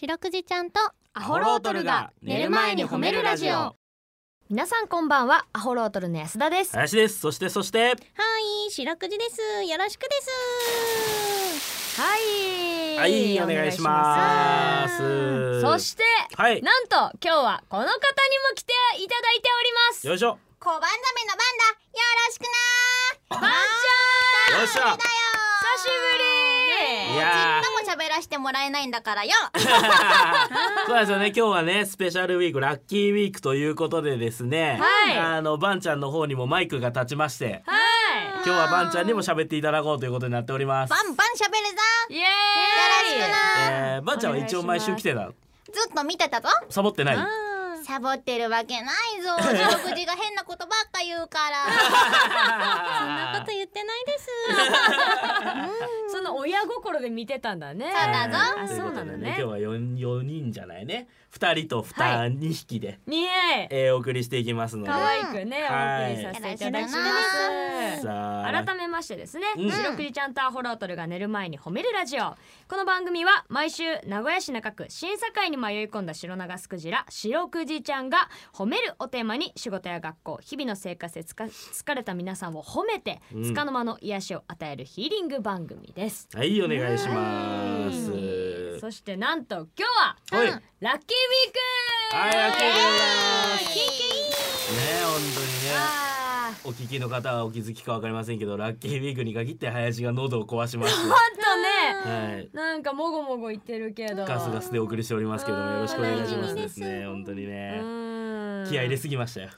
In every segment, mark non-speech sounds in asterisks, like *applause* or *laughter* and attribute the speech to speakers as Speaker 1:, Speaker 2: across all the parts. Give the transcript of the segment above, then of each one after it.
Speaker 1: 白くじちゃんと
Speaker 2: ア
Speaker 3: ホロートルが寝る前に褒めるラジオ
Speaker 2: 皆さんこんばんはアホロートルの安田です
Speaker 3: 林ですそしてそして
Speaker 1: はい白くじですよろしくです
Speaker 2: はい
Speaker 3: はいお願いします
Speaker 2: そして
Speaker 3: はい
Speaker 2: なんと今日はこの方にも来ていただいておりま
Speaker 3: よいしょよ
Speaker 1: 小判ザメの番だよろしく
Speaker 2: すまんちゃん
Speaker 3: っしゃ
Speaker 2: 久しぶり
Speaker 3: いや
Speaker 1: んちっとも喋らせてもらえないんだから
Speaker 3: *laughs*
Speaker 1: よ
Speaker 3: ー *laughs* そうですよね今日はねスペシャルウィークラッキーウィークということでですね、
Speaker 2: はい
Speaker 3: あのバンちゃんの方にもマイクが立ちまして
Speaker 2: は
Speaker 3: 今日はバンちゃんにも喋っていただこうということになっております
Speaker 1: バンバン喋る
Speaker 2: いイエーイ
Speaker 1: ぞよろしくな
Speaker 3: えー、バンちゃんは一応毎週来てた
Speaker 1: ずっと見てたぞ
Speaker 3: サボってない
Speaker 1: サボってるわけない
Speaker 3: *laughs*
Speaker 1: ぞ白くじが変なことばっか言うからそんなこと言ってないです
Speaker 2: その親心で見てたんだね
Speaker 1: そうだぞ
Speaker 3: えー
Speaker 2: あ
Speaker 3: とい
Speaker 2: そう
Speaker 3: こ
Speaker 2: な
Speaker 3: と
Speaker 2: ん
Speaker 3: で
Speaker 2: だ
Speaker 3: ね
Speaker 2: ね
Speaker 3: 今日は四四人じゃないね二人と
Speaker 2: は
Speaker 3: 二二匹で、
Speaker 2: イエーイ
Speaker 3: えー、お送りしていきますので
Speaker 2: 可愛くねお送りさせていただいてます
Speaker 3: さあ
Speaker 2: 改めましてですね、
Speaker 3: うん
Speaker 2: 白くじちゃんとアホロートルが寝る前に褒めるラジオこの番組は毎週名古屋市中区審査会に迷い込んだ白長スクジラ白くじちゃんが褒めるおテーマに仕事や学校日々の生活でつか疲れた皆さんを褒めて、
Speaker 3: うん
Speaker 2: 束の間の癒しを与えるヒーリング番組です
Speaker 3: はいお願いします。
Speaker 2: そしてなんと今日は、
Speaker 3: はい
Speaker 2: ラッキーウィーク
Speaker 3: はいラッキーウィー
Speaker 2: イ
Speaker 3: ク
Speaker 2: エーイキンキ
Speaker 3: ね本当に
Speaker 2: ン
Speaker 3: ね。
Speaker 2: あー
Speaker 3: お聞きの方はお気づきかわかりませんけどラッキーウィークに限って林が喉を壊しま *laughs* し
Speaker 2: ほんとね
Speaker 3: て、はい、
Speaker 2: なんかもごもご言ってるけど
Speaker 3: ガスガスでお送りしておりますけどもよろしくお願いしますです
Speaker 1: う
Speaker 3: ね
Speaker 1: ん
Speaker 3: 本当に
Speaker 2: う
Speaker 3: ね
Speaker 2: ーん
Speaker 3: 気合い入れすぎましたよ。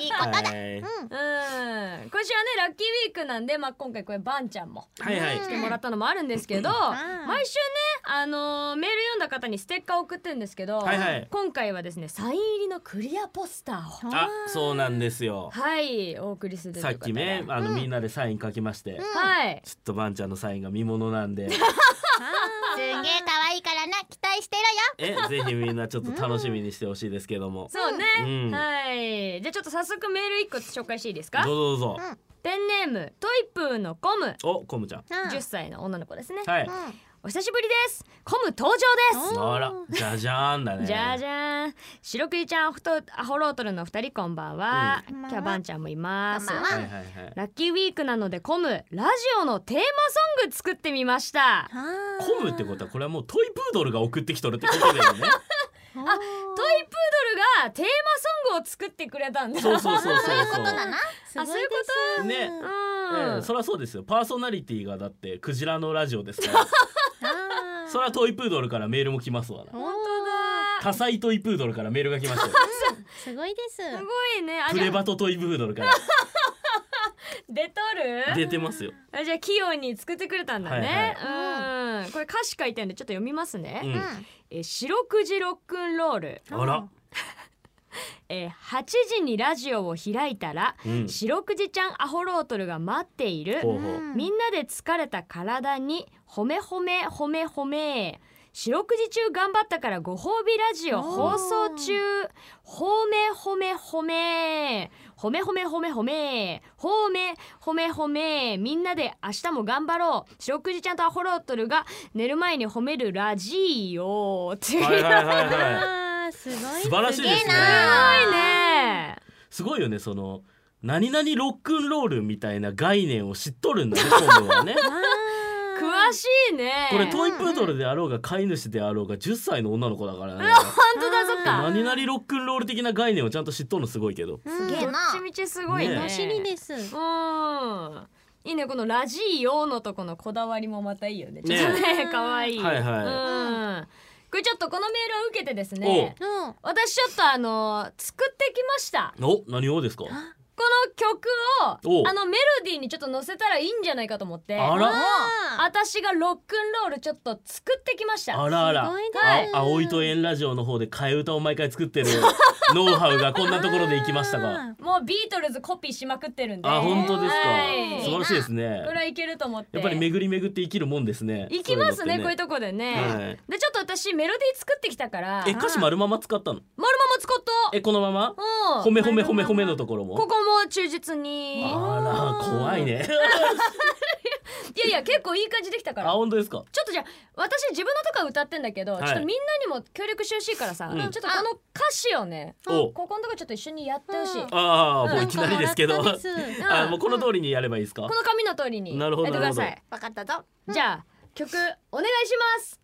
Speaker 1: いいことだ、
Speaker 3: はい
Speaker 2: うん、今週はねラッキーウィークなんで、まあ、今回これバンちゃんも
Speaker 3: はいはい
Speaker 2: 来てもらったのもあるんですけど、
Speaker 1: ん
Speaker 2: 毎週ね、あのーメール読んだ方にステッカーを送ってるんですけど、
Speaker 3: はいはい
Speaker 2: 今回はですねサイン入りのクリアポスターを
Speaker 3: あそうなんですよ。
Speaker 2: はいお送りするという
Speaker 3: さっ
Speaker 2: ことで
Speaker 3: きねあのみんなでサイン書きまして。
Speaker 2: はい
Speaker 3: ちょっとバンちゃんのサインが見物なんで
Speaker 1: すんげえ可愛いからな期待してるよ
Speaker 3: えぜひみんなちょっと楽しみにしてほしいですけども
Speaker 2: そうね、
Speaker 3: うん
Speaker 2: はいじゃあちょっと早速メール一個紹介していいですか
Speaker 3: どうぞどうぞ
Speaker 2: ペンネームトイプーのコム
Speaker 3: おコムちゃん
Speaker 1: うん
Speaker 2: 10歳の女の子ですね、
Speaker 3: はい
Speaker 2: お久しぶりですコム登場です
Speaker 3: あら、じゃじゃーんだね。
Speaker 2: じゃじゃーん白くじちゃんふとアホロートルのお二人こんばんは、
Speaker 1: うんこんばんは
Speaker 2: キャバンちゃんもいます
Speaker 1: こんばんは
Speaker 3: はいはいはい。
Speaker 2: ラッキーウィークなのでコムラジオのテーマソング作ってみました
Speaker 3: コムってことは、これはもうトイプードルが送ってきとるってことだ
Speaker 2: *laughs*
Speaker 3: よね。
Speaker 1: と
Speaker 2: あトイプードルがテーマソングを作ってくれたんだ
Speaker 3: そうそうそうそう
Speaker 1: そういうことだな。
Speaker 2: *laughs* あそういうこ
Speaker 3: う。
Speaker 2: と
Speaker 3: ね。え
Speaker 2: う
Speaker 3: え
Speaker 2: ん、
Speaker 3: そりゃそうですよパーソナリティがだってクジラのラジオですから
Speaker 2: *laughs*
Speaker 3: そりゃトイプードルからメールも来ますわな
Speaker 2: 本当だ
Speaker 3: 多彩トイプードルからメールが来ましたよ
Speaker 1: すごいです。
Speaker 2: すごいねあ
Speaker 3: プ
Speaker 2: じ
Speaker 3: レ
Speaker 2: ゃあ
Speaker 3: バトトイプードル
Speaker 2: *laughs*
Speaker 3: から
Speaker 2: 出と
Speaker 3: 出
Speaker 2: る
Speaker 3: てますよ、
Speaker 2: あじゃあ器用に作ってくれたんだね、うんこれ歌詞書いてあるんでちょっと読みますね、
Speaker 3: う
Speaker 1: うん
Speaker 3: ん、
Speaker 2: え白くじロックンロール
Speaker 3: あら、
Speaker 2: えー、8時にラジオを開いたら、
Speaker 3: うん、
Speaker 2: 白くじちゃんアホロートルが待っている、
Speaker 3: ほうほう
Speaker 2: みんなで疲れた体に褒め褒め褒め褒め白くじ中頑張ったからご褒美ラジオ放送中褒め褒め褒め褒め褒め褒め褒め褒め褒め褒めみんなで明日も頑張ろう白くじちゃんとアホロートルが寝る前に褒めるラジオっていう
Speaker 3: はいはいはいは
Speaker 1: あーすごい。
Speaker 3: い素晴らしいです
Speaker 1: す
Speaker 3: ね
Speaker 1: げえな
Speaker 2: すごいね
Speaker 3: すごいよねその何々ロックンロールみたいな概念を知っとるんだねコムはね
Speaker 2: 詳しいね
Speaker 3: これ
Speaker 2: 本
Speaker 3: トイプードルであろうが飼い主であろうが10歳の女の子だからね
Speaker 2: 当だそっか
Speaker 3: 何々ロックンロール的な概念をちゃんと知っとるのすごいけど
Speaker 1: す
Speaker 2: ど
Speaker 1: げえな
Speaker 2: っ。ちみちすごいね
Speaker 3: ねえ
Speaker 1: お尻です。
Speaker 2: うんいいねこのラジオのとこのこだわりもまたいいよね
Speaker 3: ね
Speaker 2: ちょっとね可愛い
Speaker 3: はいはい
Speaker 2: うんこれちょっとこのメールを受けてですね
Speaker 1: うん。
Speaker 2: 私ちょっとあの作ってきました
Speaker 3: お何をですか
Speaker 2: この曲
Speaker 3: お
Speaker 2: をあのメロディーにちょっと載せたらいいんじゃないかと思って
Speaker 3: あら
Speaker 1: あ
Speaker 2: 私がロックンロールちょっと作ってきました
Speaker 3: あらあら
Speaker 1: すごいね
Speaker 3: あ葵と縁ラジオの方で替え歌を毎回
Speaker 2: *laughs*
Speaker 3: 作ってるノウハウがこんなところで行きましたが
Speaker 2: もうビートルズコピーしまくってるんで
Speaker 3: あ本当ですか
Speaker 2: はい
Speaker 3: 素晴らしいですね
Speaker 2: これはいけると思って
Speaker 3: やっぱり巡り巡って生きるもんですね
Speaker 2: 行きますねこ
Speaker 3: そ
Speaker 2: う
Speaker 3: う
Speaker 2: い
Speaker 3: いう
Speaker 2: う
Speaker 3: のって
Speaker 2: とこでね、
Speaker 3: はい
Speaker 2: でちょっと私メロディー作ってきたから
Speaker 3: え
Speaker 2: 丸まま
Speaker 3: 歌詞丸まま使ったの
Speaker 2: 使っ
Speaker 3: えこのまま
Speaker 2: た
Speaker 3: 褒め褒め褒め褒めの
Speaker 2: と
Speaker 3: ところも
Speaker 2: *laughs* ここも忠実に
Speaker 3: あら怖いね
Speaker 2: いやいや結構いい感じできたから
Speaker 3: あ本当ですか
Speaker 2: ちょっとじゃあ私自分のとか歌ってんだけど、
Speaker 3: はい
Speaker 2: ちょっとみんなにも協力してほしいからさ、
Speaker 3: うん
Speaker 2: ちょっとこの歌詞をね
Speaker 3: お
Speaker 2: ここのとこちょっと一緒にやってほしい、
Speaker 1: うん
Speaker 2: こ
Speaker 3: ああも
Speaker 1: な
Speaker 3: うんいきなりですけど
Speaker 1: かもらったです
Speaker 3: あもうこの通りにやればいいですか
Speaker 2: の紙の通りに
Speaker 3: なるほど
Speaker 2: やってください
Speaker 1: わかったぞ。
Speaker 2: じゃあ曲お願いします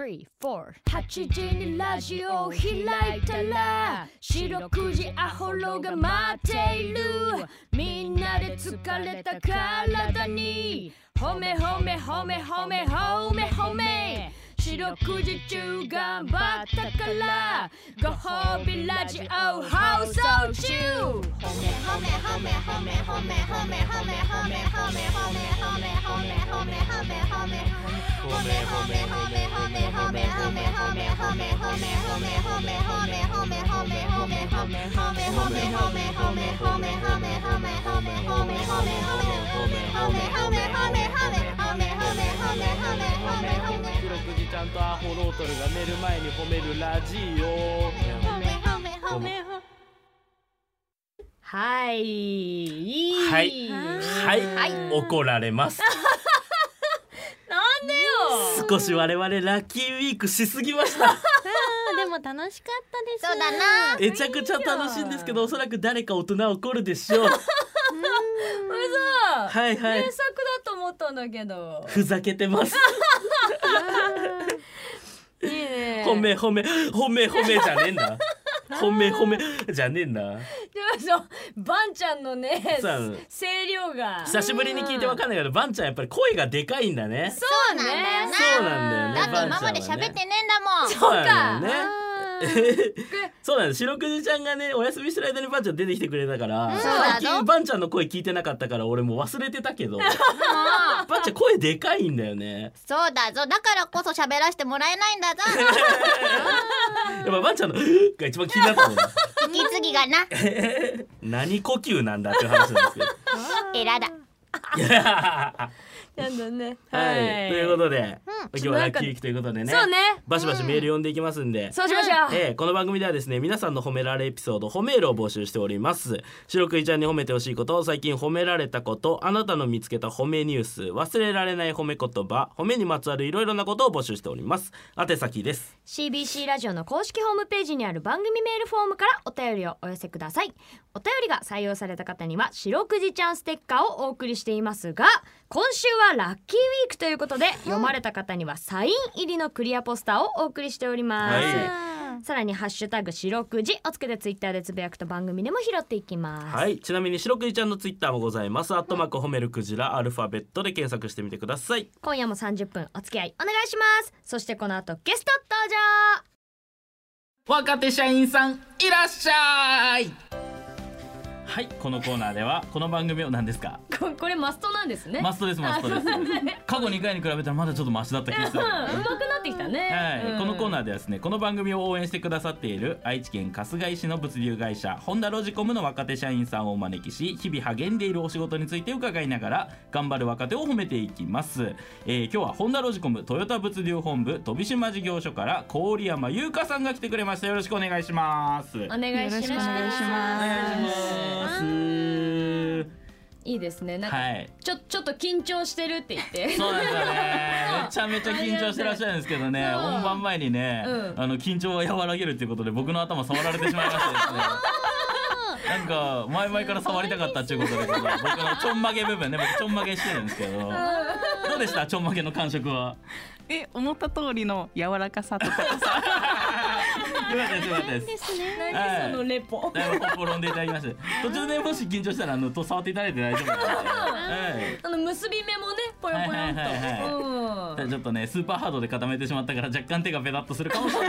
Speaker 2: 8時にラジオを開いたら四六時アホロが待っているみんなで疲れた体に褒め褒め褒め褒め褒め褒め四六時中頑張ったからご褒美ラジオ放送中
Speaker 1: 褒め褒め褒め褒め褒め褒め褒め褒め褒め褒め褒め褒め褒め褒め褒め褒め褒め褒め褒め褒め褒め褒め褒め褒め褒め褒め褒め褒め褒め褒め褒め褒め褒め褒め褒め褒め褒め褒め褒め褒め褒め褒め褒め褒め褒め褒め褒め褒め褒め褒め
Speaker 4: 白くじちゃんとアホロートルが寝る前に褒めるラジオ
Speaker 1: 褒め褒め褒め
Speaker 2: はい
Speaker 3: はいはい、怒られます
Speaker 2: なんでよ
Speaker 3: 少し我々ラッキーウィークしすぎま *laughs* した
Speaker 5: でも楽しかったです
Speaker 1: そうだな
Speaker 3: めちゃくちゃ楽しいんですけどおそらく誰か大人怒るでし *laughs* ょう
Speaker 2: 嘘
Speaker 3: はいはい
Speaker 2: 名作だと思ったんだけど
Speaker 3: ふざけてます
Speaker 2: いいね
Speaker 3: 褒め褒め褒め褒めじゃねえん *laughs* だ褒め褒めじゃねえんだ
Speaker 2: でもそうバンちゃんのね
Speaker 3: さあ
Speaker 2: 声量が
Speaker 3: 久しぶりに聞いてわかんないけどバンちゃんやっぱり声がでかいんだね
Speaker 2: そう
Speaker 1: そうなんだよな
Speaker 3: そうなんだ
Speaker 1: だ
Speaker 3: よ
Speaker 1: っ
Speaker 3: ね
Speaker 1: て今まで喋ってねえんだもん
Speaker 3: そうなんだよねそうなんです白くじちゃんがねお休みしてる間にバンちゃん出てきてくれたから
Speaker 1: ん
Speaker 3: 最
Speaker 1: そうだ
Speaker 3: 近
Speaker 1: ぞ
Speaker 3: バンちゃんの声聞いてなかったから俺もう忘れてたけどバンちゃん声でかいんだよね
Speaker 1: そうだぞだからこそ喋らせてもらえないんだぞ
Speaker 3: やっぱバンちゃんのが一番気になったもんね *laughs*
Speaker 1: 引き継ぎがな
Speaker 3: 何呼吸なんだっていう話なんですけど
Speaker 1: エラだ
Speaker 3: *laughs*
Speaker 2: なんだね
Speaker 3: はいということで今日はラッキーウィークということでね
Speaker 2: そうね
Speaker 3: バシバシメール読んでいきますんで、
Speaker 2: そうしましょう
Speaker 3: えーこの番組ではですね皆さんの褒められエピソード褒めールを募集しております白くいちゃんに褒めてほしいこと最近褒められたことあなたの見つけた褒めニュース忘れられない褒め言葉褒めにまつわるいろいろなことを募集しております宛先です
Speaker 2: CBC ラジオの公式ホームページにある番組メールフォームからお便りをお寄せくださいお便りが採用された方には白くじちゃんステッカーをお送りしていますが今週はラッキーウィークということで読まれた方にはサイン入りのクリアポスターをお送りしております、
Speaker 1: うん
Speaker 2: さらにハッシュタグ白くじをつけてツイッターでつぶやくと番組でも拾っていきます
Speaker 3: はいちなみに白くいちゃんのツイッターもございますアットマーク褒めるクジラアルファベットで検索してみてください
Speaker 2: 今夜も30分お付き合いお願いしますそしてこの後ゲスト登場
Speaker 4: 若手社員さんいらっしゃい
Speaker 3: はいこのコーナーではこの番組を何ですか
Speaker 2: こ *laughs* これマストなんですね
Speaker 3: マストですマストです過去2回に比べたらまだちょっとマシだった気がする
Speaker 2: うん、うまくなってきたね。
Speaker 3: はい、このコーナ
Speaker 2: ー。
Speaker 3: ーではですねこの番組を応援してくださっている愛知県春日井市の物流会社ホンダロジコムの若手社員さんをお招きし日々励んでいるお仕事について伺いながら頑張る若手を褒めていきます、えー今日はホンダロジコムトヨタ物流本部飛島事業所から郡山優香さんが来てくれましたよろしくお願いしますお願いし
Speaker 2: お願いします。
Speaker 5: よろしくお願いし
Speaker 3: ます
Speaker 2: いいですね。なんか、
Speaker 3: はい
Speaker 2: ちょちょっと緊張してるって言って。
Speaker 3: そうなんだね。めちゃめちゃ緊張してらっしゃるんですけどね、
Speaker 2: そう
Speaker 3: 本番前にね、
Speaker 2: うん
Speaker 3: あの緊張を和らげるということで僕の頭触られてしまいまし
Speaker 2: *laughs*
Speaker 3: てですね。なんか前々から触りたかったっていうことで僕のちょんまげ部分ね僕ちょんまげしてるんですけ
Speaker 2: *laughs*
Speaker 3: どどうでしたちょんまげの感触は
Speaker 5: え思った通りの柔らかさとかさ
Speaker 3: よかったですよかったです
Speaker 2: 何そのレポ。
Speaker 3: だいぶほっぽろんでいただきまして途中でもし緊張したらあのと触っていただいて大丈夫です、
Speaker 2: *laughs*
Speaker 3: はい
Speaker 2: あの結び目もね、ぽよぽよんと。
Speaker 3: はいはいはい
Speaker 2: うん。
Speaker 3: ちょっとねスーパーハードで固めてしまったから若干手がペタッとするかもしれ
Speaker 2: *laughs*
Speaker 3: な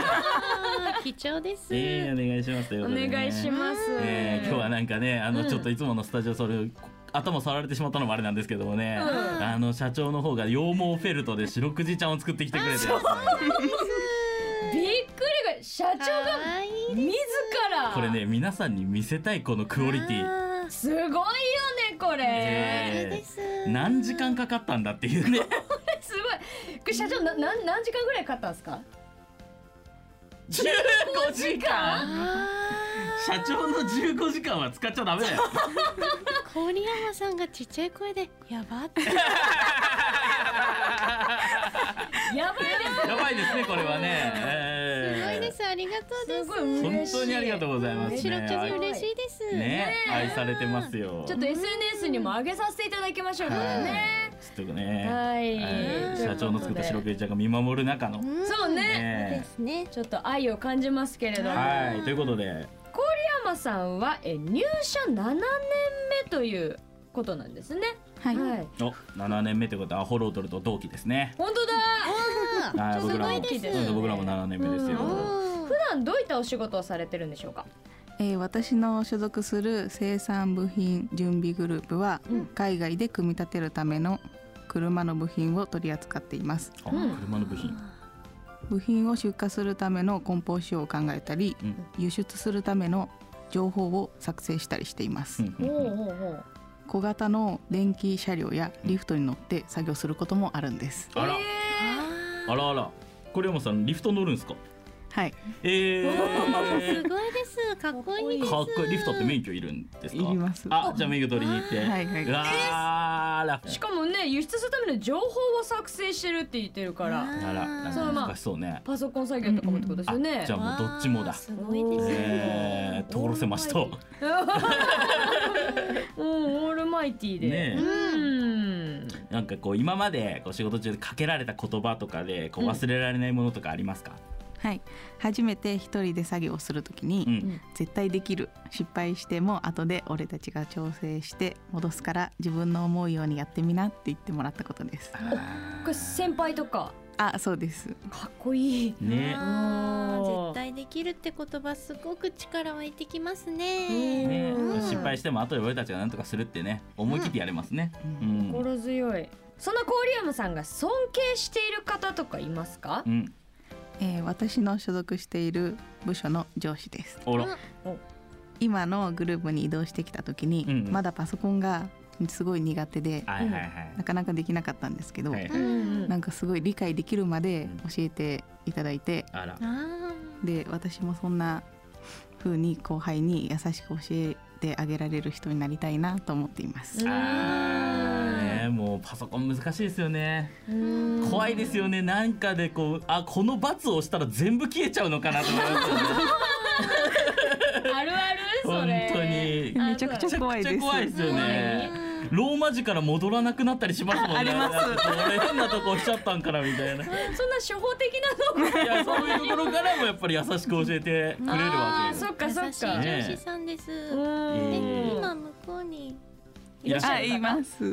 Speaker 3: い
Speaker 5: 貴重です
Speaker 3: えー、お願いしますという
Speaker 2: お
Speaker 3: ことでね
Speaker 2: 願いします。
Speaker 3: えー今日はなんかねあの、ちょっといつものスタジオそれ頭触られてしまったのもあれなんですけどもね、
Speaker 2: うん
Speaker 3: あの社長の方が羊毛フェルトで白くじちゃんを作ってきてくれてですね、
Speaker 2: びっくりが社長が自ら。
Speaker 3: これ。ね皆さんに見せたいこのクオリティ
Speaker 2: すごいよねこれ。
Speaker 3: えー何時間かかったんだってい
Speaker 2: *laughs*
Speaker 3: うね
Speaker 2: すごい。これ社長ななん何時間ぐらいかかったんですか。
Speaker 3: 15時間
Speaker 1: あ
Speaker 3: 社長の15時間は使っちゃダメだよ
Speaker 1: ー郡山さんがちっちゃい声でやばって
Speaker 2: やばいです
Speaker 3: やばいですねこれはね、
Speaker 1: す
Speaker 3: え
Speaker 1: ごい
Speaker 3: ー
Speaker 1: ですありがとうです
Speaker 2: すごい
Speaker 3: 本当にありがとうございますね
Speaker 1: しろちゃん嬉しいです
Speaker 3: ね愛されてますよ
Speaker 2: ちょっと SNS にも上げさせていただきましょうこれね
Speaker 3: ちょっとね、
Speaker 2: はい
Speaker 3: えー
Speaker 2: ということで
Speaker 3: 社長の作った白毛ちゃんが見守る中の、
Speaker 1: ん
Speaker 2: そうね
Speaker 1: で
Speaker 3: ね
Speaker 1: すね
Speaker 2: ちょっと愛を感じますけれども小
Speaker 3: はいということで
Speaker 2: 山さんはえ入社7年目ということなんですね
Speaker 5: はい。
Speaker 2: はい
Speaker 3: お7年目ということはアホロートルと同期ですね
Speaker 2: 本当だ
Speaker 3: は
Speaker 2: ちょっと
Speaker 3: 僕ら
Speaker 2: すご
Speaker 3: も
Speaker 2: いです
Speaker 3: そうそう僕らも7年目ですよ
Speaker 2: う
Speaker 1: おー
Speaker 2: 普段どういったお仕事をされてるんでしょうか
Speaker 5: *laughs* えー私の所属する生産部品準備グループは、
Speaker 2: うん
Speaker 5: 海外で組み立てるための車の部品を取り扱っています。
Speaker 3: あ
Speaker 2: うん
Speaker 3: 車の部品
Speaker 5: 部品を出荷するための梱包仕様を考えたり、
Speaker 3: うん
Speaker 5: 輸出するための情報を作成したりしています、
Speaker 3: うんうんうん
Speaker 2: ほうほう
Speaker 5: 小型の電気車両やリフトに乗って作業することもあるんです、
Speaker 3: あら
Speaker 2: え
Speaker 3: あらあらこれもさんリフト乗るんですか
Speaker 5: はい
Speaker 3: え
Speaker 1: す
Speaker 3: ー
Speaker 1: ごいですかっこいいです
Speaker 3: かっこいいリフトって免許いるんですか
Speaker 5: いります
Speaker 3: あじゃあ免許取りに行って
Speaker 5: はいはいう
Speaker 3: わーら
Speaker 2: ーしかもね輸出するための情報を作成してるって言ってるから
Speaker 3: あら
Speaker 1: あ
Speaker 3: な
Speaker 1: ー
Speaker 3: ん
Speaker 2: そ
Speaker 3: か
Speaker 2: のまま
Speaker 3: 難しそうね
Speaker 2: パソコン作業とかもってことですよね *laughs*
Speaker 3: あじゃあもうどっちもだ
Speaker 1: わーすごいですね
Speaker 3: えー、通らせました
Speaker 2: うん、オールマイティーで。
Speaker 3: ね
Speaker 2: う
Speaker 3: え
Speaker 2: ん。
Speaker 3: なんかこう今までこう仕事中でかけられた言葉とかでこう忘れられないものとかありますか、
Speaker 5: はい初めて一人で作業をするときに、
Speaker 3: うん
Speaker 5: 絶対できる失敗しても後で俺たちが調整して戻すから自分の思うようにやってみなって言ってもらったことです
Speaker 2: これ先輩とか、
Speaker 5: あそうです
Speaker 2: かっこいい。
Speaker 3: ね
Speaker 1: あー
Speaker 2: おー
Speaker 1: 絶対できるって言葉すごく力湧いてきます
Speaker 2: うん
Speaker 1: ね。
Speaker 3: ね、
Speaker 1: うん
Speaker 3: 失敗しても後で俺たちが何とかするってね思い切ってやれますね、う
Speaker 5: うん
Speaker 3: うん
Speaker 2: 心強い。その郡山さんが尊敬している方とかいますか。
Speaker 5: えー私の所属している部署の上司です
Speaker 3: おら、
Speaker 5: 今のグループに移動してきた時に、
Speaker 3: うんうん
Speaker 5: まだパソコンがすごい苦手で
Speaker 3: はいはいはい、
Speaker 5: なかなかできなかったんですけど、
Speaker 3: はいう
Speaker 2: うん
Speaker 5: なんかすごい理解できるまで
Speaker 3: うん
Speaker 5: 教えていただいて、
Speaker 3: あら
Speaker 1: あー
Speaker 5: で私もそんな風に後輩に優しく教えてあげられる人になりたいなと思っています、
Speaker 3: あーねもうパソコン難しいですよね
Speaker 2: うん
Speaker 3: 怖いですよねなんかでこうあこの罰を押したら全部消えちゃうのかなと思いますよね
Speaker 2: *laughs* あるある。そ
Speaker 3: 本
Speaker 2: れ
Speaker 3: 当。に
Speaker 2: あ
Speaker 5: めちゃくちゃ怖いです
Speaker 3: めちゃくちゃ怖いですよねローマ字から戻らなくなったりしますもんねあります俺変なとこ押しちゃったんからみたいな
Speaker 2: そんな初歩的なの。
Speaker 3: いやそういうところからもやっぱり優しく教えてくれるわ
Speaker 2: あー、
Speaker 3: け
Speaker 2: そ
Speaker 3: よ。
Speaker 2: っか、そ
Speaker 1: 優
Speaker 2: っ
Speaker 1: しい
Speaker 2: か。
Speaker 1: 上司さんです。
Speaker 2: う
Speaker 1: え
Speaker 2: ん
Speaker 3: え
Speaker 1: 今向こうに
Speaker 3: いらっしゃ
Speaker 5: あ
Speaker 3: る
Speaker 5: います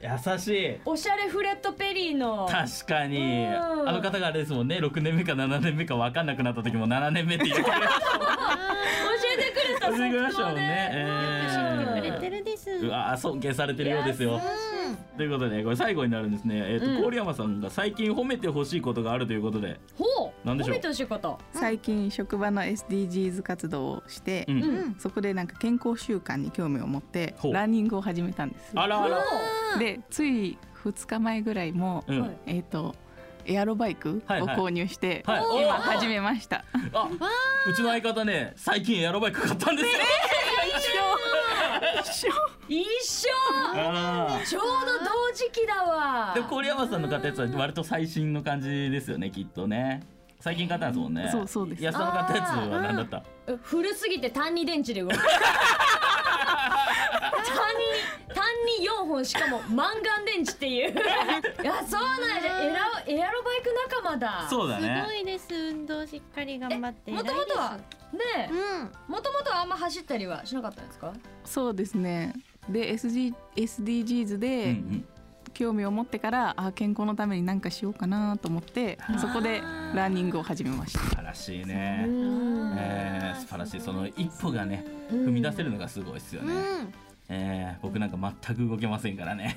Speaker 3: 優しい。
Speaker 2: おしゃれフレッドペリーの。
Speaker 3: 確かに、
Speaker 2: うん
Speaker 3: あの方があれですもんね6年目か7年目か分かんなくなった時も7年目って言ってくれました
Speaker 2: 教えてくれた。
Speaker 3: 教えてくれましたもんねえー
Speaker 1: くれてるです。
Speaker 3: うわー尊敬されてるようですよということでこれ最後になるんですねえっ、と、
Speaker 2: うん
Speaker 3: 郡山さんが最近褒めてほしいことがあるということで
Speaker 2: ほう。
Speaker 3: なんでしょう
Speaker 2: 褒めてほしいこと。
Speaker 5: 最近職場の SDGs 活動をして、
Speaker 3: うん、
Speaker 2: うん
Speaker 5: そこでなんか健康習慣に興味を持って
Speaker 3: ほう
Speaker 5: ランニングを始めたんです
Speaker 3: あらあら、
Speaker 5: でつい2日前ぐらいも、
Speaker 3: うん
Speaker 2: はい
Speaker 5: えっ、とエアロバイクを
Speaker 3: はいはい
Speaker 5: 購入して、
Speaker 3: はいおー
Speaker 5: 今始めました。
Speaker 3: あうちの相方ね最近エアロバイク買ったんですよ、
Speaker 2: 一緒。
Speaker 3: あ
Speaker 2: ちょうど同時期だわ
Speaker 3: ら。でも郡山さんの買ったやつは割と最新の感じですよねきっとね最近買ったんですもんね
Speaker 5: そうそうです
Speaker 3: 安田の買ったやつは何だった
Speaker 2: え古すぎて単二電池で
Speaker 3: *laughs*
Speaker 2: 動く。単二単二四本しかもマンガン電池って
Speaker 3: *laughs*
Speaker 2: いう。いやそうなんじゃエラエアロバイク仲間だ。
Speaker 3: そうだ
Speaker 1: す
Speaker 3: ね
Speaker 1: ごいです。運動しっかり頑張って。
Speaker 2: もともとはね
Speaker 1: 偉いです。
Speaker 2: もともとはあんま走ったりはしなかったんですか。
Speaker 5: そうですね。で SG SDGs で、
Speaker 3: うん
Speaker 5: 興味を持ってからあ健康のために何かしようかなと思ってそこでランニングを始めました
Speaker 3: うん、素晴らしいね、
Speaker 2: うん
Speaker 3: えー素晴らしいその一歩がね踏み出せるのがすごいですよ
Speaker 1: う
Speaker 3: ね、
Speaker 1: ん。
Speaker 3: えー僕なんか全く動けませんからね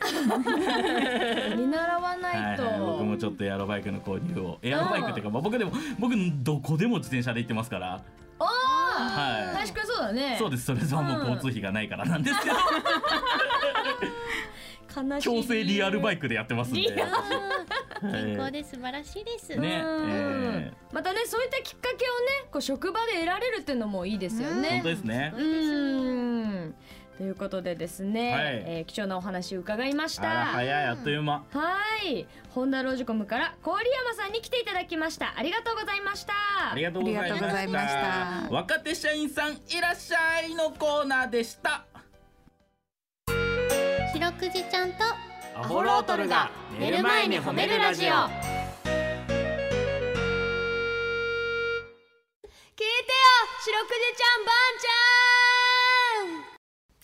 Speaker 2: 見習わな
Speaker 3: はいい
Speaker 2: と。
Speaker 3: はい僕もちょっとエアロバイクの購入をエアロバイクっていうか、まあ、僕でも僕どこでも自転車で行ってますから
Speaker 2: ああ
Speaker 3: は
Speaker 2: 確かにそうだね
Speaker 3: い。そうですそれはもう交通費がないからなんですけど、 *laughs*
Speaker 2: 悲しい。
Speaker 3: 強制リアルバイクでやってますんで
Speaker 2: リアル
Speaker 3: 私
Speaker 1: 健康で素晴らしいです。
Speaker 3: ね、え
Speaker 2: うん
Speaker 3: ー
Speaker 2: またねそういったきっかけをねこう職場で得られるっていうのもいいですよ
Speaker 3: 本
Speaker 2: ね
Speaker 3: 当。ですね
Speaker 1: 当。
Speaker 2: うーんということでですね、
Speaker 3: はい
Speaker 2: えー貴重なお話を伺いまし
Speaker 3: あら
Speaker 2: た。
Speaker 3: 早いあっという間。
Speaker 2: はい、本田ロジコムから郡山さんに来ていただきました。ありがとうございました。
Speaker 3: ありがとうございま
Speaker 5: ありがとうござい
Speaker 3: し
Speaker 5: ました
Speaker 3: た。若手社員さんいらっしゃいのコーナーでした。
Speaker 1: 白くじちゃんと
Speaker 3: ア
Speaker 2: ホロートルが寝る前に褒めるラジオ。聞いてよ、白くじちゃん、ばんちゃん。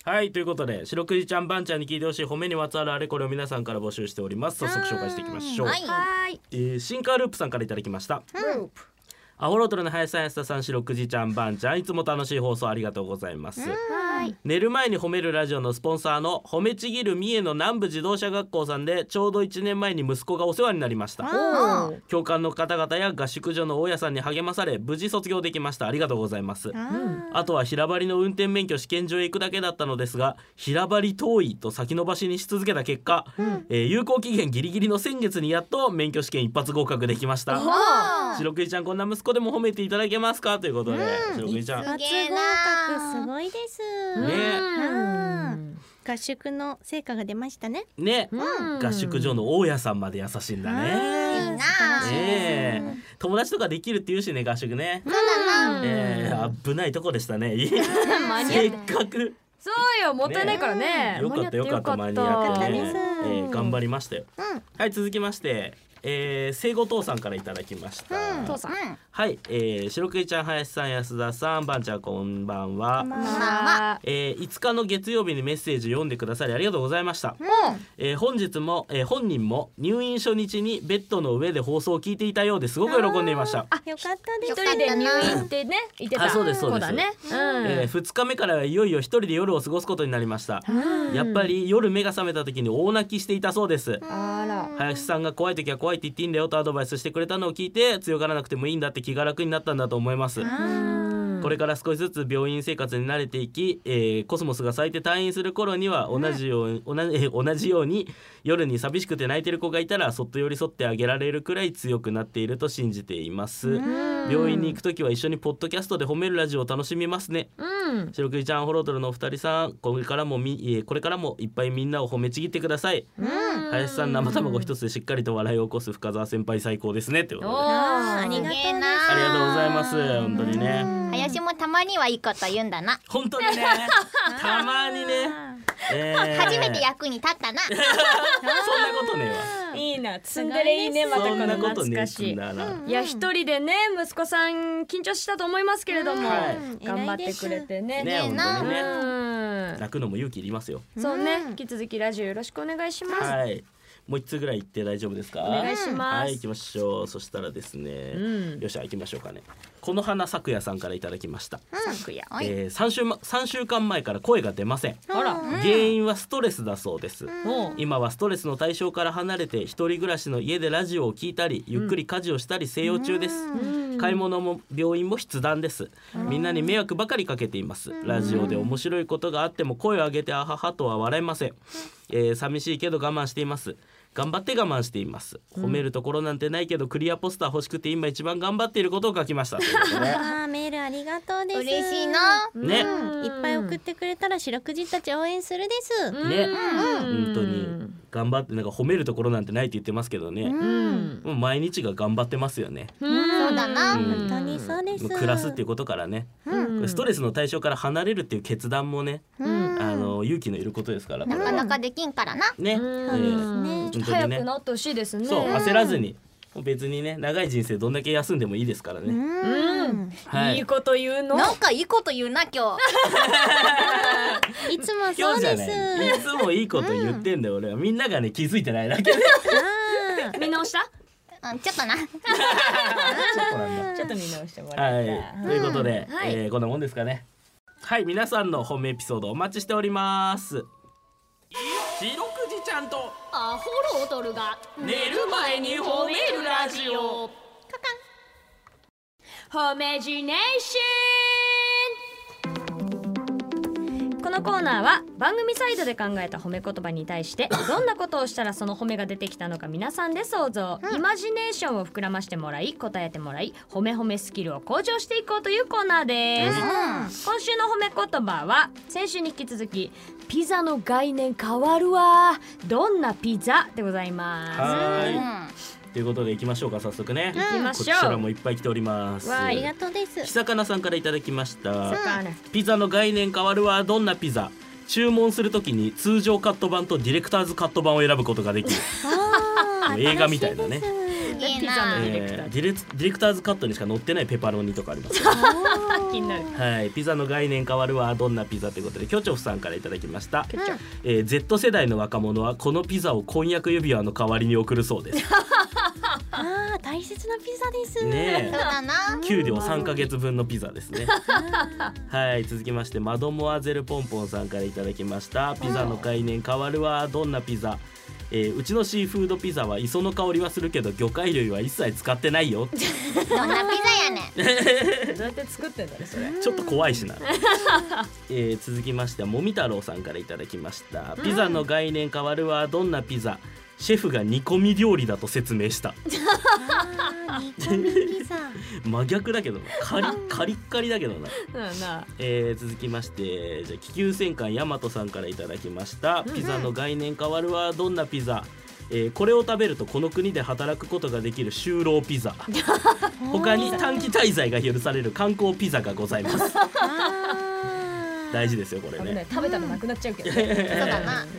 Speaker 3: はいということで白くじちゃんばんちゃんに聞いてほしい褒めにまつわるあれこれを皆さんから募集しております早速紹介していきましょう、
Speaker 1: はい。
Speaker 2: はい。
Speaker 3: えー、シンカーループさんからいただきました
Speaker 1: うん
Speaker 3: アホロートルの林さん安田さん白くじちゃんばんちゃんいつも楽しい放送ありがとうございます、
Speaker 2: はい。
Speaker 3: 寝る前に褒めるラジオのスポンサーの褒めちぎる三重の南部自動車学校さんでちょうど1年前に息子がお世話になりました
Speaker 1: おー
Speaker 3: 教官の方々や合宿所の大家さんに励まされ無事卒業できましたありがとうございますあとは平張りの運転免許試験場へ行くだけだったのですが平張り遠いと先延ばしにし続けた結果、えー有効期限ギリギリの先月にやっと免許試験一発合格できました
Speaker 1: おー
Speaker 3: 白クイちゃんこんな息子でも褒めていただけますかということで、白クイちゃん
Speaker 1: す
Speaker 6: 初合
Speaker 1: げえな
Speaker 6: 格すごいです。
Speaker 2: うん
Speaker 6: 合宿の成果が出ましたね。
Speaker 3: ね、
Speaker 2: うん
Speaker 3: 合宿所の大家さんまで優しいんだね。
Speaker 6: あー
Speaker 1: いいな
Speaker 6: 素晴らしい
Speaker 3: ねえ
Speaker 6: です。
Speaker 3: 友達とかできるって言うしね合宿ね、
Speaker 2: うん
Speaker 3: えー危ないとこでしたね
Speaker 2: 間に合
Speaker 3: せ
Speaker 2: っ
Speaker 3: っかく
Speaker 2: そうよ、もったいないからね。
Speaker 3: よかったよかった間に
Speaker 2: 間
Speaker 3: 合
Speaker 2: に合
Speaker 3: っ
Speaker 2: ってて
Speaker 3: ね
Speaker 2: よかった
Speaker 6: た、
Speaker 3: え
Speaker 6: です
Speaker 3: ー頑張りましたよ、
Speaker 6: うん
Speaker 3: はい続きまして、えー、生後父さんからいただきました、
Speaker 2: 父さん。
Speaker 3: はい、えー、白クイちゃん林さん安田さんばんちゃんこんばんは、
Speaker 6: ま
Speaker 1: ん
Speaker 6: あ
Speaker 1: は
Speaker 3: えー、5日の月曜日にメッセージ読んでくださりありがとうございました、えー本日も、えー本人も入院初日にベッドの上で放送を聞いていたようですごく喜んでいました、
Speaker 6: よかったで
Speaker 2: 一
Speaker 6: す。
Speaker 2: 人で入院ってね、いてた。
Speaker 3: あそうですそ
Speaker 2: 子
Speaker 3: うです
Speaker 2: だね。うん
Speaker 3: え2日目からはいよいよ一人で夜を過ごすことになりました、
Speaker 2: うん
Speaker 3: やっぱ。り夜目が覚めた時に大泣きしていたそうです、
Speaker 2: あら。
Speaker 3: 林さんが怖い時は怖いって言っていいんだよとアドバイスしてくれたのを聞いて強がらなくてもいいんだって気が楽になったんだと思います、これから少しずつ病院生活に慣れていき、えーコスモスが咲いて退院する頃には同じように、同じえー同じように夜に寂しくて泣いてる子がいたらそっと寄り添ってあげられるくらい強くなっていると信じています、病院に行く時は一緒にポッドキャストで褒めるラジオを楽しみますね
Speaker 2: うん。
Speaker 3: 白くじちゃんホロトルのお二人さんこれからもみ、えーこれからもいっぱいみんなを褒めちぎってください林さん生卵一つでしっかりと笑いを起こす深澤先輩最高ですねってことで
Speaker 2: あ
Speaker 3: あ
Speaker 1: ありがとう
Speaker 6: す
Speaker 1: な
Speaker 3: りがとうございます本当にね
Speaker 1: 林もたまにはいいこと言うんだな
Speaker 3: 本当にね
Speaker 2: *laughs*
Speaker 3: たまにね、えー
Speaker 1: 初めて役に立ったな
Speaker 3: そんなことね
Speaker 2: いいな、ツンデレいいね、
Speaker 3: え
Speaker 2: ま
Speaker 3: わ
Speaker 2: たこ
Speaker 3: そん
Speaker 2: の
Speaker 3: なこと
Speaker 2: 懐
Speaker 3: ね
Speaker 2: か
Speaker 3: え
Speaker 2: しい。
Speaker 3: んだな、
Speaker 2: いや、一人でね、息子さん緊張したと思いますけれども、
Speaker 3: はい
Speaker 2: 頑張ってくれてね。
Speaker 3: ね本当にね
Speaker 2: う
Speaker 3: 泣くのも勇気いりますよ
Speaker 2: ん。そうね、引き続きラジオよろしくお願いします。
Speaker 3: はいもう一つぐらい言って大丈夫ですか
Speaker 2: お願いします
Speaker 3: はい行きましょうそしたらですね、
Speaker 2: うん
Speaker 3: よっしゃ行きましょうかねこの花咲夜さんからいただきました、
Speaker 2: 昨夜
Speaker 1: はい
Speaker 3: えー、3, 週ま3週間前から声が出ません
Speaker 2: あら、
Speaker 3: 原因はストレスだそうです、
Speaker 2: もう
Speaker 3: 今はストレスの対象から離れて一人暮らしの家でラジオを聞いたりゆっくり家事をしたり静養中です、買い物も病院も筆談ですみんなに迷惑ばかりかけていますラジオで面白いことがあっても声を上げてあははとは笑えません、えー寂しいけど我慢しています頑張って我慢しています褒めるところなんてないけどクリアポスター欲しくて今一番頑張っていることを書きましたということで
Speaker 6: あーメールありがとうです。
Speaker 1: 嬉しい。な
Speaker 3: ね
Speaker 6: いっぱい送ってくれたら白くじたち応援するです。
Speaker 3: ね本当に頑張ってなんか褒めるところなんてないって言ってますけどね、
Speaker 2: うん。
Speaker 3: もう毎日が頑張ってますよね
Speaker 1: そうだな
Speaker 6: 本当にそうです。
Speaker 3: 暮らすっていうことからね、ストレスの対象から離れるっていう決断もね、あの勇気のいることですからこ
Speaker 1: な
Speaker 3: れ
Speaker 1: か
Speaker 3: はね
Speaker 1: なかできんからな
Speaker 3: え
Speaker 2: うん
Speaker 3: ー
Speaker 2: ちょっと
Speaker 3: 本当
Speaker 2: 早
Speaker 3: に
Speaker 2: く
Speaker 3: ね
Speaker 2: 治ってほしいですね。
Speaker 3: そう焦らずに別にね長い人生どんだけ休んでもいいですからね、
Speaker 2: うん。
Speaker 3: はい
Speaker 2: いい
Speaker 3: い
Speaker 2: こと言うの。
Speaker 1: なんかいいこと言うな今日
Speaker 6: *laughs* いつも
Speaker 3: 今
Speaker 6: そ
Speaker 3: 日
Speaker 6: う
Speaker 3: じゃ
Speaker 6: で
Speaker 3: な
Speaker 6: す。
Speaker 3: いいつもいいこと言ってんだよ俺はみんながね気づいてないだけでち
Speaker 2: 見直した？
Speaker 1: うんちょっとな
Speaker 3: ょっとなんだ
Speaker 2: ちょっ *laughs* と見直してもら
Speaker 3: は
Speaker 2: えた。
Speaker 3: い、ということで、
Speaker 2: うんはい
Speaker 3: えーこんなもんですかね。はい、皆さんの本命エピソードお待ちしております。白くじちゃんと
Speaker 1: アホロドルが
Speaker 3: 寝る前に褒めるラジオ。
Speaker 2: ホメジネーション
Speaker 6: こ
Speaker 2: のコーナーは番組サイドで考えた褒め言葉に対 *laughs* してどんなことをしたらその褒めが出てきたのか皆さんで想像、イマジネーションを膨らましてもらい答えてもらい褒め褒めスキルを向上していこうというコーナーです、今週の褒め言葉は先週に引き続きピザの概念変わるわどんなピザでございま
Speaker 3: はーいということで行きましょうか早速ね、
Speaker 2: す行きま
Speaker 3: こち
Speaker 2: し
Speaker 3: ら
Speaker 2: ょう
Speaker 3: もいっぱい来ております
Speaker 2: わーい
Speaker 6: ありがとうです
Speaker 3: ひさかなさんからいただきました
Speaker 2: だから
Speaker 3: ピザの概念変わるわどんなピザ注文するときに通常カット版とディレクターズカット版を選ぶことができる
Speaker 6: あー
Speaker 3: 映画みたいなね
Speaker 6: 楽しいです
Speaker 1: いい
Speaker 2: ピザ
Speaker 1: な
Speaker 2: のディレクター
Speaker 3: えーディレツディレクターズカットにしか載ってないペパロニとかあります
Speaker 6: *laughs*
Speaker 3: よ
Speaker 2: *laughs* 気になる
Speaker 3: はいピザの概念変わるわどんなピザということでキョチョフさんからいただきました、えー Z 世代の若者はこのピザを婚約指輪の代わりに送るそうです
Speaker 6: *laughs* あー大切なピザです
Speaker 3: ね
Speaker 2: *laughs*
Speaker 3: え
Speaker 1: だな
Speaker 3: 給料3ヶ月分のピザです
Speaker 6: *laughs*
Speaker 3: ねはい続きましてマドモアゼルポンポンさんからいただきましたピザの概念変わるわどんなピザえーうちのシーフードピザは磯の香りはするけど魚介類は一切使ってない
Speaker 6: *laughs*
Speaker 3: よち
Speaker 1: どんなピザやねん
Speaker 2: *laughs* どうやって作ってんだねそれ
Speaker 3: ょっと怖いし
Speaker 6: *laughs*
Speaker 3: な、えー続きましてもみ太郎さんからいただきましたピザの概念変わるわどんなピザシェフが煮込み料理だと説明した
Speaker 6: *laughs* あー煮込みピザ
Speaker 3: *laughs* 真逆だけどなカリカリッカリだけどな
Speaker 2: うんな
Speaker 3: えー続きましてじゃあ気球戦艦ヤマトさんからいただきましたピザの概念変わるわどんなピザ、えーこれを食べるとこの国で働くことができる就労
Speaker 2: *laughs*
Speaker 3: ピザ他に短期滞在が許される観光ピザがございます
Speaker 6: あー
Speaker 3: 大事ですよこれ
Speaker 2: 危ない
Speaker 3: ね、
Speaker 2: 食べたらなくなっちゃうけどね
Speaker 1: そうだなうん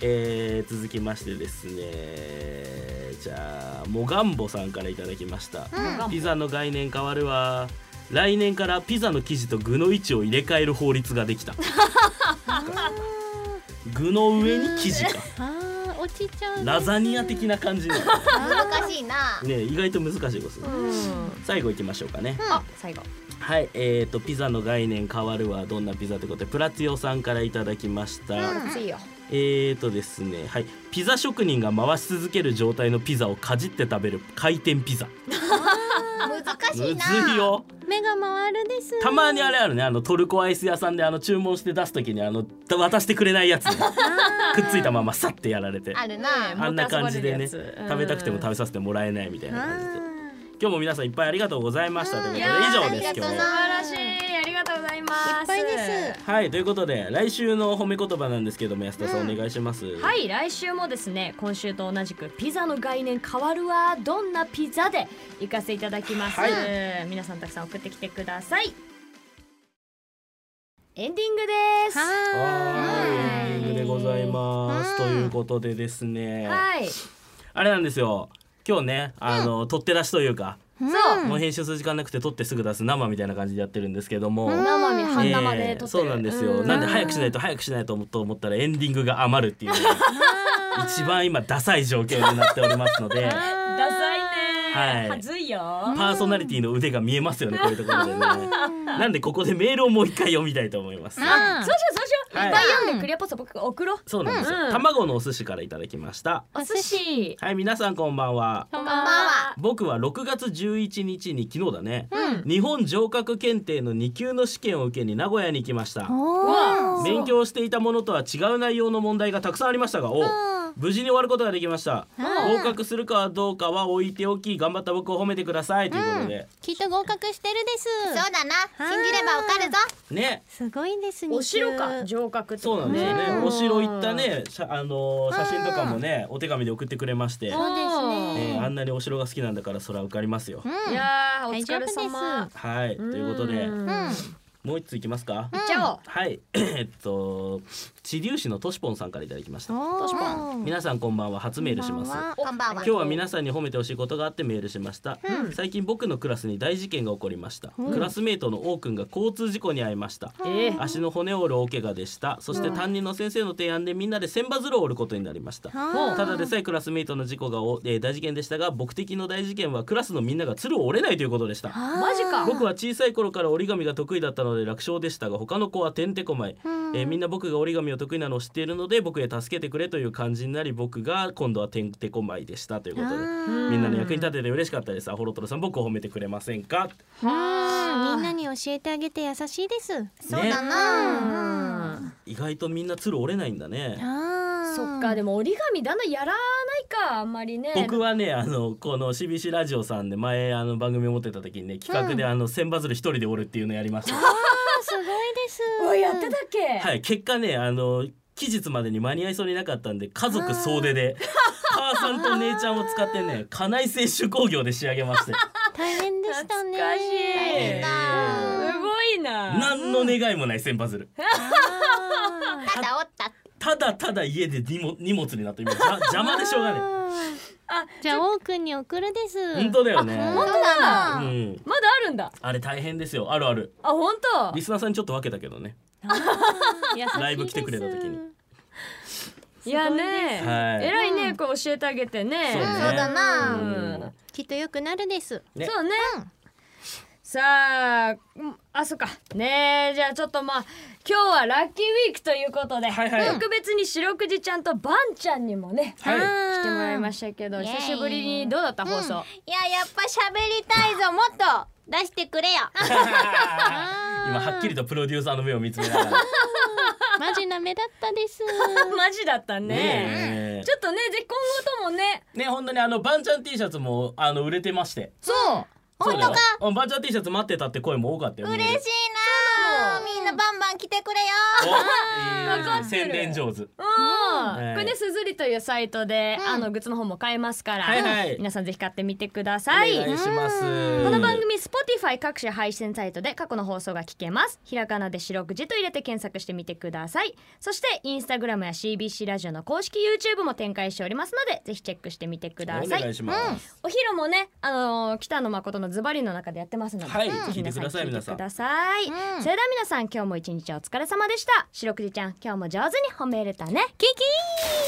Speaker 3: えー続きましてですねじゃあモガンボさんからいただきました、
Speaker 2: うん
Speaker 3: ピザの概念変わるわ来年からピザの生地と具の位置を入れ替える法律ができ
Speaker 6: *laughs*
Speaker 3: た具の上に生地か
Speaker 6: あー落ちちゃう
Speaker 3: ラザニア的な感じ
Speaker 6: *laughs*
Speaker 3: のね
Speaker 1: 難しいな
Speaker 3: 意外と難しいこと、最後いきましょうかね、
Speaker 2: あ最後
Speaker 3: はいえー、とピザの概念変わるはどんなピザということでプラツヨさんからいただきました、
Speaker 2: 熱いよ
Speaker 3: えーとですねはいピザ職人が回し続ける状態のピザをかじって食べる回転ピザ
Speaker 1: 難
Speaker 3: む
Speaker 1: しいな
Speaker 3: ずいよ
Speaker 6: 目が回るです
Speaker 3: たまにあれあるねあのトルコアイス屋さんであの注文して出す時にあの渡してくれないやつねくっついたままさってやられて
Speaker 1: あるな
Speaker 3: あんな感じで
Speaker 2: 持
Speaker 3: ね
Speaker 2: って遊ばれるやつうん
Speaker 3: 食べたくても食べさせてもらえないみたいな感じで今日も皆さんいっぱいありがとうございましたということで
Speaker 2: いやー
Speaker 3: 以上で
Speaker 1: あ
Speaker 3: す
Speaker 1: り
Speaker 3: 今
Speaker 1: がとう
Speaker 3: 日は
Speaker 1: な
Speaker 2: 素晴らしいありがとうございます
Speaker 6: いっぱいです
Speaker 3: はいということで来週の褒め言葉なんですけども安田さんお願いします、
Speaker 2: はい来週もですね今週と同じくピザの概念変わるわどんなピザで行かせていただきます、
Speaker 3: はい
Speaker 2: 皆さんたくさん送ってきてくださいエンディングですは
Speaker 3: はーいエンディングでございます、ということでですね、
Speaker 2: い
Speaker 3: あれなんですよ今日ねあの、取って出しというか、
Speaker 2: そう
Speaker 3: もう編集する時間なくて取ってすぐ出す生みたいな感じでやってるんですけども、
Speaker 2: 生身半生で撮ってる、
Speaker 3: えーそうなんですよ、
Speaker 2: う
Speaker 3: なんで早くしないと早くしないと思と思ったらエンディングが余るっていうね
Speaker 2: *laughs*
Speaker 3: 一番今ダサい状況になっておりますので
Speaker 2: ダサいね
Speaker 3: はい
Speaker 2: はずいよ
Speaker 3: パーソナリティの腕が見えますよねこういうところでねなんでここでメールをもう一回読みたいと思います
Speaker 2: あそうしようそうしよう、
Speaker 3: はい
Speaker 2: い、っぱい読んでクリアポスト僕送ろう
Speaker 3: そうなんですよ、
Speaker 2: うん
Speaker 3: 卵のお寿司からいただきました
Speaker 2: お寿司
Speaker 3: はい皆さんこんばんは
Speaker 2: こん
Speaker 1: ばんは
Speaker 3: 僕は6月11日に昨日だね、日本城郭検定の2級の試験を受けに名古屋に来ました
Speaker 2: わ
Speaker 3: 勉強していたものとは違う内容の問題がたくさんありましたがお無事に終わることができました合格するかどうかは置いておき頑張った僕を褒めてくださいということで、
Speaker 6: きっと合格してるです
Speaker 1: そうだな信じればわかるぞ
Speaker 3: ね
Speaker 6: すごいです
Speaker 2: お城か
Speaker 6: 二級
Speaker 2: 城郭って
Speaker 3: そうなんですよね
Speaker 2: うん
Speaker 3: お城行ったね写,、あのー写真とかもねお手紙で送ってくれまして、
Speaker 6: そうですね
Speaker 3: えーあんなにお城が好きなんだからそら受かりますよ、
Speaker 2: いやーお
Speaker 6: 大丈
Speaker 2: 疲
Speaker 6: 夫
Speaker 2: れ
Speaker 6: です
Speaker 2: 様
Speaker 3: はいということで
Speaker 2: うん
Speaker 3: もう一ついきますか、
Speaker 2: じゃあ
Speaker 3: はい *clears throat* えっと知粒子のとしぽんさんからいただきました
Speaker 6: 確か
Speaker 3: 皆さんこんばんは初メールします
Speaker 1: こんばんは
Speaker 3: 今日は皆さんに褒めてほしいことがあってメールしました、最近僕のクラスに大事件が起こりました、クラスメートの王くんが交通事故に遭いました、
Speaker 2: えー
Speaker 3: 足の骨を折る大怪我でしたそして担任の先生の提案でみんなで千羽鶴を折ることになりました、
Speaker 6: あー
Speaker 3: ただでさえクラスメートの事故がお、えー大事件でしたが僕的の大事件はクラスのみんなが鶴を折れないということでした
Speaker 2: マジか
Speaker 3: 僕は小さい頃から折り紙が得意だったので楽勝でしたが他の子はてんてこまい、えーみんな僕が折り紙を得意なのを知っているので僕へ助けてくれという感じになり僕が今度はてんてこまいでしたということでみんなの役に立てて嬉しかったですアホロトロさん僕を褒めてくれませんか
Speaker 6: うんみんなに教えてあげて優しいです
Speaker 1: そうだな
Speaker 2: うん
Speaker 3: 意外とみんな鶴折れないんだね。
Speaker 6: あー
Speaker 2: そっかでも折り紙だんだんやらないかあんまりね
Speaker 3: 僕はねあのこの CBC ラジオさんで前あの番組を持ってた時にね企画であの千羽鶴一人で折るっていうのやりました。
Speaker 6: あすごいです
Speaker 2: うわやってたっけ、
Speaker 3: はい結果ねあの期日までに間に合いそうになかったんで家族総出で *laughs* 母さんと姉ちゃんを使ってね家内製手工業で仕上げまして
Speaker 6: 大変でしたね
Speaker 2: 懐かしい
Speaker 6: 大変だ
Speaker 3: え
Speaker 2: すごいな
Speaker 3: 何の願いもない千羽鶴
Speaker 6: あ
Speaker 1: ただおった
Speaker 3: ただただ家で荷物荷物になって今じゃ邪魔でしょうがね
Speaker 2: あ
Speaker 6: じゃあ王くんに送るです
Speaker 3: 本当だよね
Speaker 1: 本当だ
Speaker 3: う
Speaker 1: な。
Speaker 3: ん
Speaker 2: まだあるんだ
Speaker 3: あれ大変ですよあるある
Speaker 2: あ本当
Speaker 3: リスナーさんにちょっと分けたけどね
Speaker 6: 優しいです
Speaker 3: ライブ来てくれた時に
Speaker 2: いやね
Speaker 3: はい
Speaker 2: 偉いねこう教えてあげてね
Speaker 3: そうね
Speaker 1: そうだ
Speaker 2: う
Speaker 1: な。
Speaker 2: ん
Speaker 6: きっと良くな
Speaker 2: *laughs*
Speaker 6: るです
Speaker 3: ね
Speaker 2: そうね、
Speaker 1: うん
Speaker 2: さあうんあそっかねえじゃあちょっとまあ今日はラッキーウィークということで、
Speaker 3: はいはい
Speaker 2: 特別に白くじちゃんとばんちゃんにもね、
Speaker 3: *laughs* はい
Speaker 2: 来てもらいましたけど
Speaker 1: イエーイ
Speaker 2: 久しぶりにどうだった放送、
Speaker 1: いややっぱ喋りたいぞもっと出してくれよ。
Speaker 3: 今はっきりとプロデューサーの目を見つめながら
Speaker 6: マジな目だったです
Speaker 2: *laughs* マジだったね
Speaker 3: ねえ
Speaker 2: ちょっとねぜひ今後ともね
Speaker 3: ね本当にあのバンちゃん T シャツもあの売れてまして
Speaker 2: そう
Speaker 3: 本当かバンちゃん T シャツ待ってたって声も多かったよ
Speaker 1: 嬉しい
Speaker 3: ね
Speaker 1: な。みんなバンバン来てくれよ。
Speaker 3: おいい
Speaker 2: かってる
Speaker 3: 宣伝上手
Speaker 2: うん
Speaker 3: ね
Speaker 2: これねすずりというサイトで、
Speaker 1: うん
Speaker 2: あのグッズの方も買えますから、
Speaker 3: はいはい
Speaker 2: 皆さんぜひ買ってみてください
Speaker 3: お願いします
Speaker 2: この番組 Spotify 各種配信サイトで過去の放送が聞けますひらがなで四六時と入れて検索してみてくださいそしてインスタグラムや CBC ラジオの公式 YouTube も展開しておりますのでぜひチェックしてみてくだ
Speaker 3: お
Speaker 2: さい
Speaker 3: 願いします
Speaker 2: お昼もねあのー北野誠のズバリの中でやってますので、
Speaker 3: はい
Speaker 2: ぜひ
Speaker 3: 聞いてください
Speaker 2: 皆さん聞いて
Speaker 3: 皆さん
Speaker 2: ください、
Speaker 1: うん
Speaker 2: それでは皆さん今日も一日お疲れ様でした四六時ちゃん今日も上手に褒めれたねキキー